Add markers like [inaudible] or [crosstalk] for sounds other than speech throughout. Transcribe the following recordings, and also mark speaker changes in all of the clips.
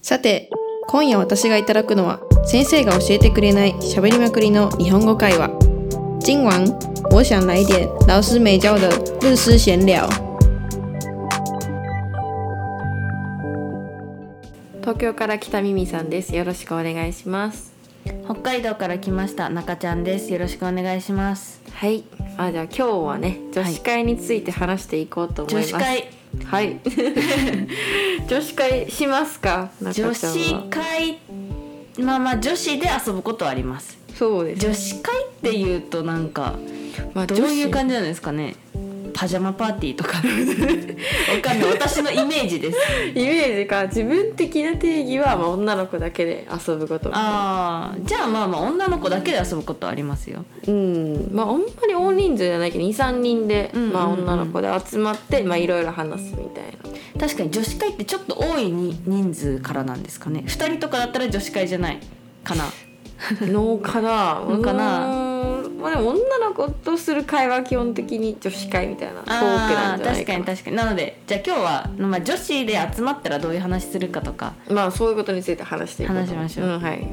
Speaker 1: さて今夜私がいただくのは先生が教えてくれない喋りまくりの日本語会話今晚我想来点老师没教的日式闲聊東京から来たミミさんですよろしくお願いします
Speaker 2: 北海道から来ました中ちゃんですよろしくお願いします
Speaker 1: はいあじゃあ今日はね女子会について話していこうと思います、
Speaker 2: 女子会
Speaker 1: はい
Speaker 2: [laughs]
Speaker 1: 女子会しますか中ちゃん
Speaker 2: 女
Speaker 1: は
Speaker 2: 子会まあまあ女子で遊ぶことはあります
Speaker 1: そうです
Speaker 2: 女子会っていうとなんか
Speaker 1: まあ
Speaker 2: どういう感じなんですかねパジャマパーティー
Speaker 1: [laughs]
Speaker 2: とかわかんない私のイメージです
Speaker 1: イメージか自分的な定義はまあ女の子だけで遊ぶこと
Speaker 2: ああじゃあまあまあ女の子だけで遊ぶことはありますよ
Speaker 1: うんまああんまり大人数じゃないけど23人で、
Speaker 2: うんうんうん
Speaker 1: まあ、女の子で集まってまあいろいろ話すみたいな
Speaker 2: 確かに女子会ってちょっと多いに人数からなんですかね2人とかだったら女子会じゃないかな [laughs]
Speaker 1: のかな
Speaker 2: のかな
Speaker 1: うーんまあでも女の子とする会話は基本的に女子会みたいなトークな
Speaker 2: あ
Speaker 1: ん
Speaker 2: ー
Speaker 1: じゃないか
Speaker 2: 確か
Speaker 1: な
Speaker 2: に確かになのでじゃあ今日は、まあ、女子で集まったらどういう話するかとか
Speaker 1: まあそういうことについて話していこうと思
Speaker 2: 話しましょうん
Speaker 1: はい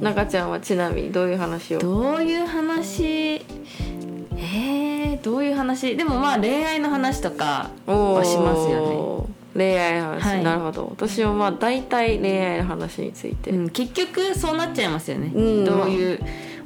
Speaker 1: 中ちゃんはちなみにどういう話を
Speaker 2: どういう話えー、どういう話でもまあ恋愛の話とか
Speaker 1: おー
Speaker 2: はしますよ
Speaker 1: 恋愛の話、
Speaker 2: はい
Speaker 1: なるほど私はまあ大体恋愛の話について、
Speaker 2: ね、うん、結局そうなっちゃいますよね、
Speaker 1: うん
Speaker 2: どういう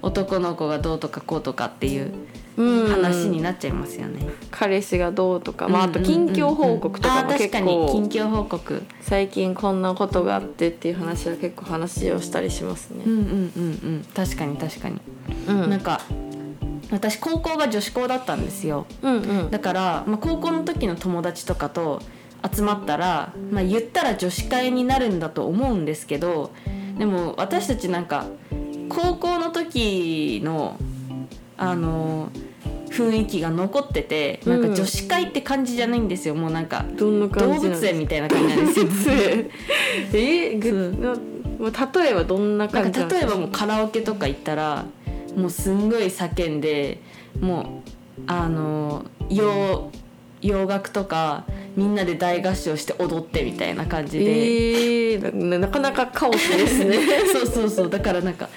Speaker 2: 男の子がどうとかこうとかっていう
Speaker 1: うん
Speaker 2: 話になっちゃいますよね、
Speaker 1: 彼氏がどうとか、まあ、あと
Speaker 2: うんうんうんうん
Speaker 1: 近況報告とか
Speaker 2: あ
Speaker 1: も
Speaker 2: ー
Speaker 1: 結
Speaker 2: 確かに
Speaker 1: 構
Speaker 2: 近況報告
Speaker 1: 最近こんなことがあってっていう話は結構話をしたりしますね
Speaker 2: うん。うんうんうん確かに確かに、
Speaker 1: うんうん
Speaker 2: なんか私高校が女子校だったんですよ
Speaker 1: うん
Speaker 2: だから、まあ、高校の時の友達とかと集まったら、まあ、言ったら女子会になるんだと思うんですけどでも私たちなんか高校の時のあの雰囲気が残っててなんか
Speaker 1: うん
Speaker 2: 女子会って感じじゃないんですよ、もうなんか
Speaker 1: どんな
Speaker 2: 動
Speaker 1: 感じなん
Speaker 2: 物
Speaker 1: です
Speaker 2: 園みたいな感じなんですよ
Speaker 1: [laughs] えぐまあ例えばどんな
Speaker 2: な
Speaker 1: 感
Speaker 2: ん
Speaker 1: じ
Speaker 2: か
Speaker 1: んです
Speaker 2: 例えばもうカラオケとか行ったらもうすんごい叫んでもうあの洋洋楽とかみんなで大合唱して踊ってみたいな感じで、
Speaker 1: えーななかなかカオスですね
Speaker 2: [laughs] そうそうそうだからなんか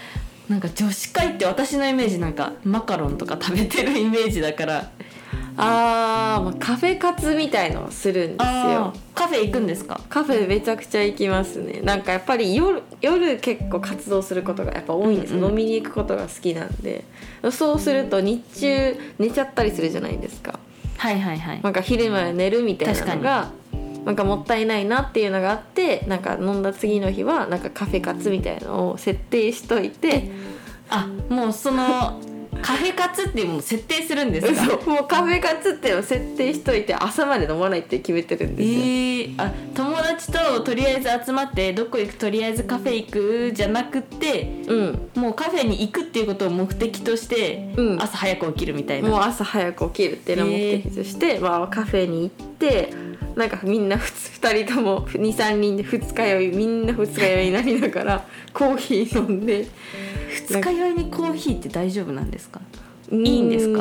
Speaker 2: なんか女子会って私のイメージなんかマカロンとか食べてるイメージだから
Speaker 1: あー、まあ、カフェ活みたいのをするんですよ
Speaker 2: カフェ行くんですか
Speaker 1: カフェめちゃくちゃ行きますねなんかやっぱり夜夜結構活動することがやっぱ多いんです、
Speaker 2: うんうん
Speaker 1: 飲みに行くことが好きなんでそうすると日中寝ちゃったりするじゃないですか
Speaker 2: はいはいはい
Speaker 1: なんか昼まで寝るみたいなのがなんかもったいないなっていうのがあってなんか飲んだ次の日はなんかカフェ活みたいのを設定しといて
Speaker 2: あもうそのカフェ活っていうものを設定するん [laughs] ですか
Speaker 1: そうもうカフェ活っていうのを設定しといて朝まで飲まないって決めてるん
Speaker 2: え
Speaker 1: ですよ、
Speaker 2: ーあ友達ととりあえず集まってどこ行くとりあえずカフェ行くじゃなくて
Speaker 1: うん
Speaker 2: もうカフェに行くっていうことを目的として、
Speaker 1: うん
Speaker 2: 朝早く起きるみたい
Speaker 1: もう
Speaker 2: な
Speaker 1: 朝早く起きるっていうのを目的として、まあ、カフェに行ってなんかみんなふつ2人とも23人で二日酔いみんな二日酔いになりなが
Speaker 2: [laughs]
Speaker 1: らコーヒー飲んで
Speaker 2: 二日酔いにコーヒーって大丈夫なんですか
Speaker 1: い
Speaker 2: いんです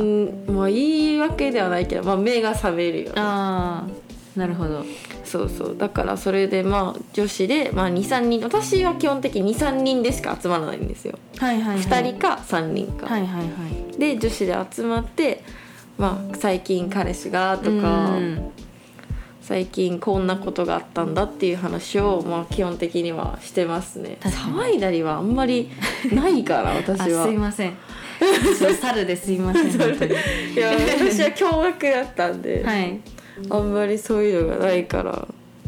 Speaker 2: か
Speaker 1: まあいいわけではないけど、まあ、目が覚めるよね
Speaker 2: ああなるほど
Speaker 1: そうそうだからそれでまあ女子で、まあ、23人私は基本的に23人でしか集まらないんですよ、
Speaker 2: はいはい、はい、
Speaker 1: 二2人か3人か、
Speaker 2: はいはいはい
Speaker 1: で女子で集まって、まあ、最近彼氏がとか。
Speaker 2: うん
Speaker 1: 最近こんなことがあったんだっていう話をまあ基本的にはしてますね
Speaker 2: 確かに
Speaker 1: 騒いだりはあんまりないから
Speaker 2: [laughs] あ
Speaker 1: 私は
Speaker 2: すいません私は猿ですい
Speaker 1: [laughs]
Speaker 2: ません本当に
Speaker 1: いや私は驚愕だったんで、
Speaker 2: はい
Speaker 1: あんまりそういうのがないからっ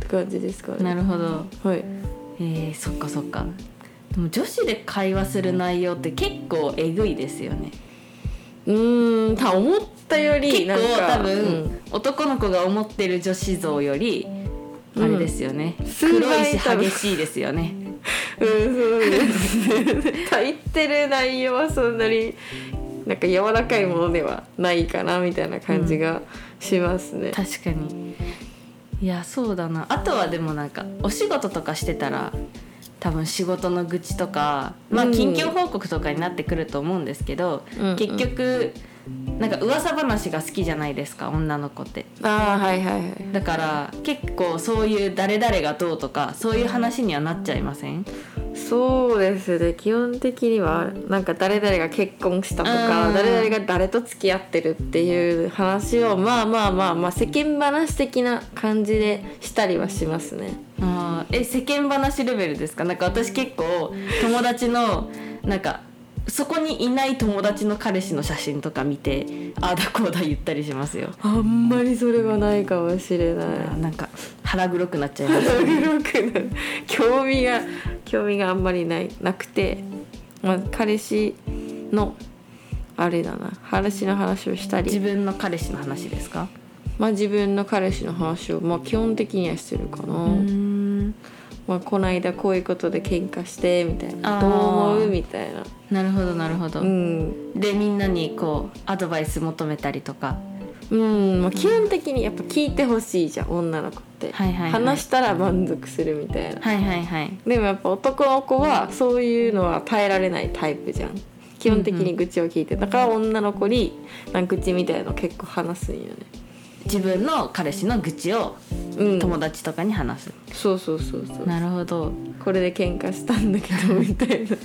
Speaker 1: て感じですかね
Speaker 2: なるほど
Speaker 1: はい
Speaker 2: えー、そっかそっかでも女子で会話する内容って結構えぐいですよね
Speaker 1: うーんた思ったより
Speaker 2: 結
Speaker 1: なんか
Speaker 2: 構多分、
Speaker 1: うん
Speaker 2: 男の子が思ってる女子像より
Speaker 1: うん
Speaker 2: あれですよね、
Speaker 1: 数倍
Speaker 2: 黒いし
Speaker 1: 多分
Speaker 2: 激しいですよね
Speaker 1: うんそうですね言ってる内容はそんなになんか柔らかいものではないかなみたいな感じがしますね、
Speaker 2: 確かにいやそうだなあとはでもなんかお仕事とかしてたら多分仕事の愚痴とかまあ
Speaker 1: うん
Speaker 2: 近況報告とかになってくると思うんですけど、
Speaker 1: うんうん
Speaker 2: 結局なんか噂話が好きじゃないですか女の子って
Speaker 1: ああはいはいはい
Speaker 2: だから結構そういう誰々がどうとかそういう話にはなっちゃいません
Speaker 1: そうですね基本的にはなんか誰々が結婚したとか、
Speaker 2: うん
Speaker 1: 誰々が誰と付き合ってるっていう話をまあまあまあまあ世間話的な感じでしたりはしますね。
Speaker 2: あーえ世間話レベルですかなんか私結構友達のなんかそこにいない友達の彼氏の写真とか見てああだこうだ言ったりしますよ
Speaker 1: あんまりそれはないかもしれない。 [laughs]
Speaker 2: あーなんか腹黒くなっちゃいます
Speaker 1: 黒くなる興味が興味があんまりないなくて、まあ、彼氏のあれだな話の話をした
Speaker 2: 自
Speaker 1: り、
Speaker 2: 分の彼氏の話ですか
Speaker 1: まあ、自分の彼氏の話を、まあ、基本的にはしてるかな。
Speaker 2: うーん
Speaker 1: まあ、この間こういうことで喧嘩してみたいな
Speaker 2: あー
Speaker 1: どう思うみたいな
Speaker 2: なるほどなるほど、
Speaker 1: うん、
Speaker 2: でみんなにこうアドバイス求めたりとか
Speaker 1: うんまあ、基本的にやっぱ聞いてほしいじゃん女の子って、
Speaker 2: はいはいはい
Speaker 1: 話したら満足するみたいな
Speaker 2: はいはいはい
Speaker 1: でもやっぱ男の子はそういうのは耐えられないタイプじゃん基本的に愚痴を聞いてだから女の子になんか愚痴みたいの結構話すんよね
Speaker 2: 自分の彼氏の愚痴を
Speaker 1: うん
Speaker 2: 友達とかに話す、
Speaker 1: そうそうそうそう
Speaker 2: なるほど
Speaker 1: これで喧嘩したんだけどみたいな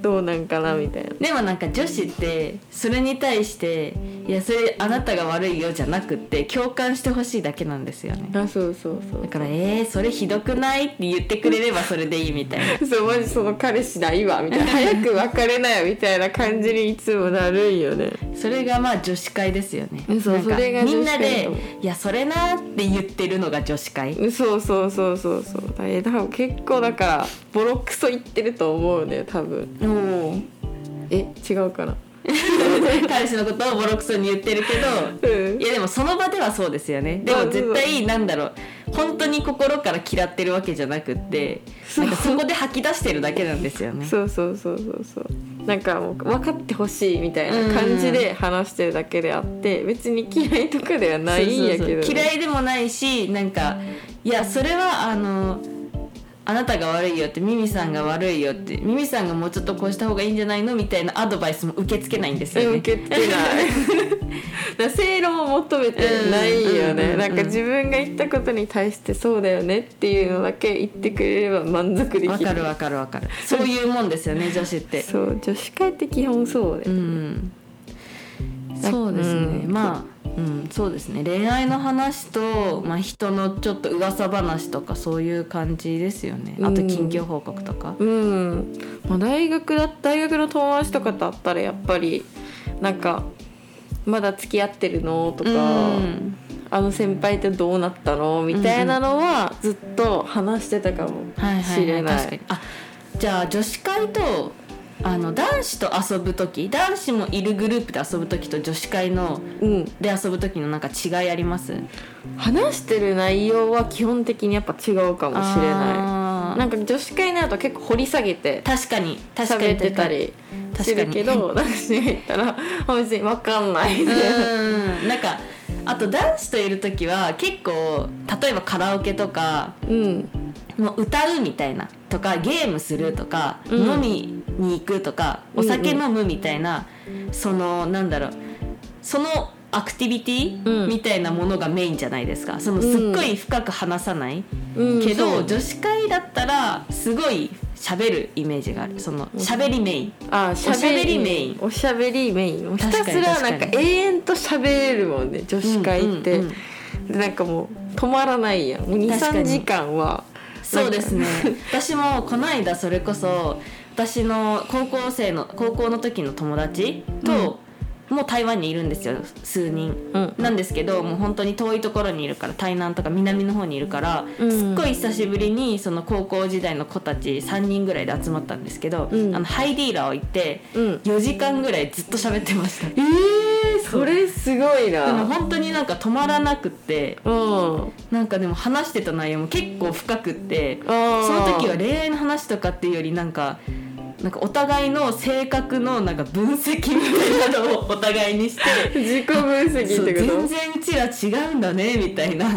Speaker 1: どうなんかなみたいな
Speaker 2: でもなんか女子ってそれに対して「いやそれあなたが悪いよ」じゃなくって共感してほしいだけなんですよね
Speaker 1: あそうそうそう
Speaker 2: だから「えー、それひどくない?」って言ってくれればそれでいいみたい
Speaker 1: [laughs]
Speaker 2: な
Speaker 1: そうマジその彼氏ないわ
Speaker 2: [laughs]
Speaker 1: みたいな早く別れなよみたいな感じにいつもなるんよね
Speaker 2: それがまあ女子会ですよね
Speaker 1: そう
Speaker 2: なんか
Speaker 1: それが女
Speaker 2: み
Speaker 1: 子
Speaker 2: ん
Speaker 1: 会
Speaker 2: なで
Speaker 1: だと思う
Speaker 2: 「いやそれな」って言ってるのが女子会
Speaker 1: そうそうそうそうそうえ多分結構だからボロクソ言ってると思うね多分
Speaker 2: おお
Speaker 1: え違うかな
Speaker 2: 彼氏のことをボロクソに言ってるけど
Speaker 1: [laughs] うん
Speaker 2: いやでもその場ではそうですよねでも絶対なんだろう本当に心から嫌ってるわけじゃなくってなんかそこで吐き出してるだけなんですよね
Speaker 1: そうそうそうそうそうなんかもう分かってほしいみたいな感じで話してるだけであって別に嫌いとかではないんやけどね、
Speaker 2: そうそうそう嫌いでもないしなんかいやそれはあのあなたが悪いよってミミさんが悪いよってミミさんがもうちょっとこうした方がいいんじゃないのみたいなアドバイスも受け付けないんですよね
Speaker 1: 受け付けないだから正論を求めてないよね、
Speaker 2: [laughs] うんうんうんうん
Speaker 1: なんか自分が言ったことに対してそうだよねっていうのだけ言ってくれれば満足できる
Speaker 2: わかるわかるわかるそういうもんですよね女子って
Speaker 1: そう女子会って基本そう
Speaker 2: う
Speaker 1: ね、
Speaker 2: ん、そうですね、
Speaker 1: うん
Speaker 2: まあ、うん、そうですね恋愛の話と、まあ、人のちょっと噂話とかそういう感じですよねあと
Speaker 1: うん
Speaker 2: 近況報告とか、
Speaker 1: うんまあ、大学だ大学の友達とかと会ったらやっぱりなんか「まだ付き合ってるの?」とか、
Speaker 2: うん
Speaker 1: あの先輩ってどうなったの?」みたいなのはずっと話してたかも
Speaker 2: はいは
Speaker 1: し
Speaker 2: い、は
Speaker 1: れ
Speaker 2: い、
Speaker 1: ない。
Speaker 2: 確かにあじゃあ女子会とあの男子と遊ぶ時男子もいるグループで遊ぶ時と女子会の
Speaker 1: うん、
Speaker 2: で遊ぶ時のなんか違いありますかもし
Speaker 1: 話してる内容は基本的にやっぱ違うかもしれない
Speaker 2: な
Speaker 1: ないんか女子会になると結構掘り下げて
Speaker 2: 確かに確かに
Speaker 1: 喋ってたりす
Speaker 2: 確か
Speaker 1: る
Speaker 2: に
Speaker 1: けど男子が言ったらあ別に分かんないみたいな
Speaker 2: うんなんかあと男子といる時は結構例えばカラオケとか
Speaker 1: うん
Speaker 2: もう歌うみたいなとかゲームするとか、
Speaker 1: うん
Speaker 2: 飲みに行くとかお酒飲むみたいな、そのなんだろうそのアクティビティ
Speaker 1: うん
Speaker 2: みたいなものがメインじゃないですかそのすっごい深く話さない、
Speaker 1: うん
Speaker 2: けど、
Speaker 1: そう
Speaker 2: 女子会だったらすごい喋るイメージがあるその喋りメイン
Speaker 1: あしゃべりメインおしゃべりメインもうひたすら
Speaker 2: 確か
Speaker 1: な
Speaker 2: に
Speaker 1: んか
Speaker 2: 確か
Speaker 1: 永遠としゃべれるもんね女子会って、
Speaker 2: うんうんうん
Speaker 1: でなんかもう止まらないやんもう
Speaker 2: 確か
Speaker 1: 23
Speaker 2: に
Speaker 1: 時間は
Speaker 2: そうですね
Speaker 1: なんか
Speaker 2: 私もこの間それこそ私の高校生の高校の時の友達と、もう台湾にいるんですよ数人
Speaker 1: うん
Speaker 2: なんですけどもう本当に遠いところにいるから台南とか南の方にいるから、
Speaker 1: うん
Speaker 2: すっごい久しぶりにその高校時代の子たち3人ぐらいで集まったんですけど、
Speaker 1: うん
Speaker 2: あのハイディーラーを行って
Speaker 1: うん
Speaker 2: 4時間ぐらいずっと喋ってました
Speaker 1: えー、それすごい
Speaker 2: でも
Speaker 1: な
Speaker 2: 本当になんか止まらなくって
Speaker 1: うん
Speaker 2: なんかでも話してた内容も結構深くって
Speaker 1: あー
Speaker 2: その時は恋愛の話とかっていうよりなんかなんかお互いの性格のなんか分析みたいなのをお互いにして
Speaker 1: 自己分析
Speaker 2: そ
Speaker 1: って
Speaker 2: う
Speaker 1: こと
Speaker 2: 全然うちら違うんだねみたい [laughs] な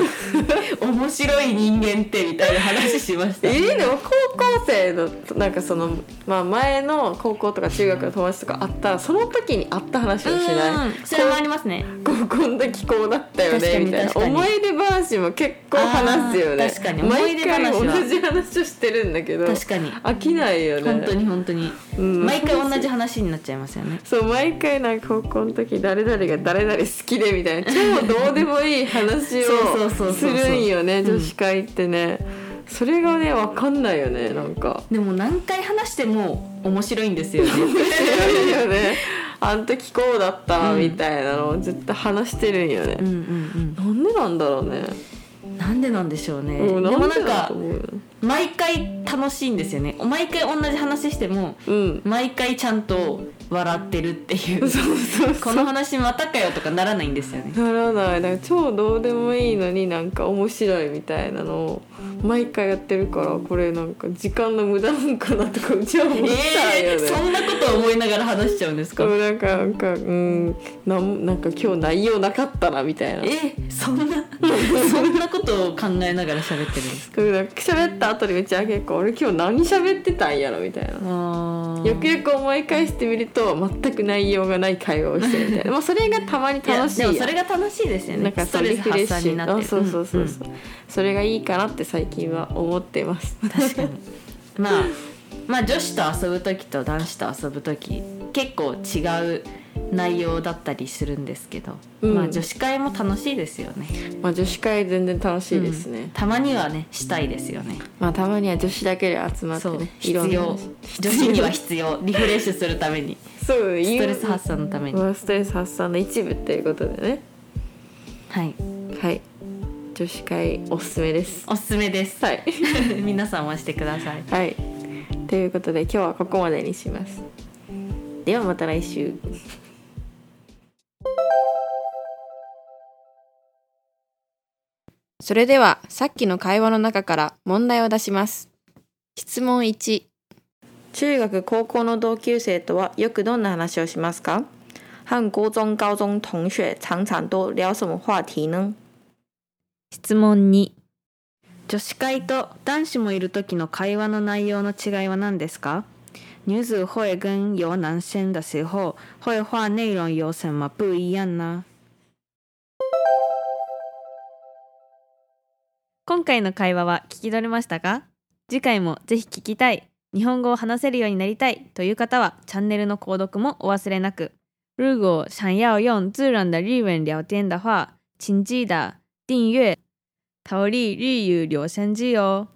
Speaker 2: 面白い人間ってみたいな話しました
Speaker 1: えーでも高校生のなんかその、まあ、前の高校とか中学の友達とかあったらその時にあった話をしない
Speaker 2: うんそれもありますね
Speaker 1: 高校の時こうだったよ
Speaker 2: 確か
Speaker 1: ね
Speaker 2: に
Speaker 1: みたいな
Speaker 2: 確かに
Speaker 1: 思い出話も結構話すよ
Speaker 2: あー
Speaker 1: ね
Speaker 2: 確かに思い
Speaker 1: 毎
Speaker 2: 出話
Speaker 1: 回
Speaker 2: は
Speaker 1: 同じ話をしてるんだけど
Speaker 2: 確かに
Speaker 1: 飽きないよね
Speaker 2: 本当に本当に、
Speaker 1: うん
Speaker 2: 毎回同じ話になっちゃいますよね
Speaker 1: そう毎回なんか高校の時誰々が誰々好きでみたいな超どうでもいい話
Speaker 2: [laughs] そうそうそうそう
Speaker 1: をするんよね
Speaker 2: うん
Speaker 1: 女子会ってね、それがね分かんないよねなんか
Speaker 2: でも何回話しても面白いんですよ [laughs] ね
Speaker 1: 面白いよねあん時こうだった
Speaker 2: うん
Speaker 1: みたいなのをずっと話してるんよね
Speaker 2: うん、うん
Speaker 1: なんでなんだろうね、
Speaker 2: うんなんでなんでしょうね、
Speaker 1: うん、
Speaker 2: で
Speaker 1: な
Speaker 2: も
Speaker 1: ん
Speaker 2: な
Speaker 1: で
Speaker 2: ん
Speaker 1: だ
Speaker 2: か
Speaker 1: と思うよ
Speaker 2: 毎回楽しいんですよね毎回同じ話しても
Speaker 1: うん
Speaker 2: 毎回ちゃんと笑ってるっていう
Speaker 1: そうそう
Speaker 2: この話またかよとかならないんですよね
Speaker 1: ならないなんか超どうでもいいのになんか面白いみたいなのを毎回やってるからこれなんか時間の無駄なんかなとかうちは思っちゃうよ
Speaker 2: え
Speaker 1: ね
Speaker 2: ー、、そんなこと思いながら話しちゃうんですか
Speaker 1: そうなんかなんかうんなんなんか今日内容なかったなみたいな
Speaker 2: えー、そん [laughs] なそんなことを考えながら喋ってるんですか
Speaker 1: そうなんか喋った後にうちは結構俺今日何喋ってたんやろみたいな
Speaker 2: あー
Speaker 1: よくよく思い返してみると全く内容がない会話をしてるみたいなまあそれがたまに楽しい
Speaker 2: や
Speaker 1: や
Speaker 2: でもそれが楽しいですよね
Speaker 1: なんか
Speaker 2: スト
Speaker 1: さ
Speaker 2: レ
Speaker 1: リ
Speaker 2: ス
Speaker 1: フレ
Speaker 2: 発
Speaker 1: ッ
Speaker 2: 散
Speaker 1: シ
Speaker 2: になっ
Speaker 1: ュ
Speaker 2: て
Speaker 1: あ
Speaker 2: る
Speaker 1: そうそうそうそう、
Speaker 2: ん
Speaker 1: それがいいかなって最近は思ってます
Speaker 2: ん確かにまあまあ女子と遊ぶ時と男子と遊ぶ時結構違う内容だったりするんですけど、
Speaker 1: うん
Speaker 2: まあ女子会も楽しいですよね
Speaker 1: まあ女子会全然楽しいですね、
Speaker 2: うんたまにはねしたいですよね
Speaker 1: まあたまには女子だけで集まって
Speaker 2: そう
Speaker 1: ね
Speaker 2: 必
Speaker 1: いろんな
Speaker 2: 要
Speaker 1: 話
Speaker 2: 女子には必要リフレッシュするために
Speaker 1: そう
Speaker 2: ストレス発散のために
Speaker 1: まあストレス発散の一部っていうことでね
Speaker 2: はい
Speaker 1: はい女子会おすすめです
Speaker 2: おすすめです
Speaker 1: はい
Speaker 2: [laughs] 皆さんもしてください
Speaker 1: はいということで今日はここまでにしますではまた来週
Speaker 3: それではさっきの会話の中から問題を出します。質問1、
Speaker 1: 中学高校の同級生とはよくどんな話をしますか和国中高中同学常常都聊什么话题呢
Speaker 3: 質問2、
Speaker 2: 女子会と男子もいる時の会話の内容の違いは何ですか女子会跟有男生的时候会话内容有什么不一样呢
Speaker 4: 今回の会話は聞き取れましたか次回もぜひ聞きたい日本語を話せるようになりたいという方はチャンネルの購読もお忘れなく如果想要用自然的日文聊天的话请记得订阅桃利日语留声机哦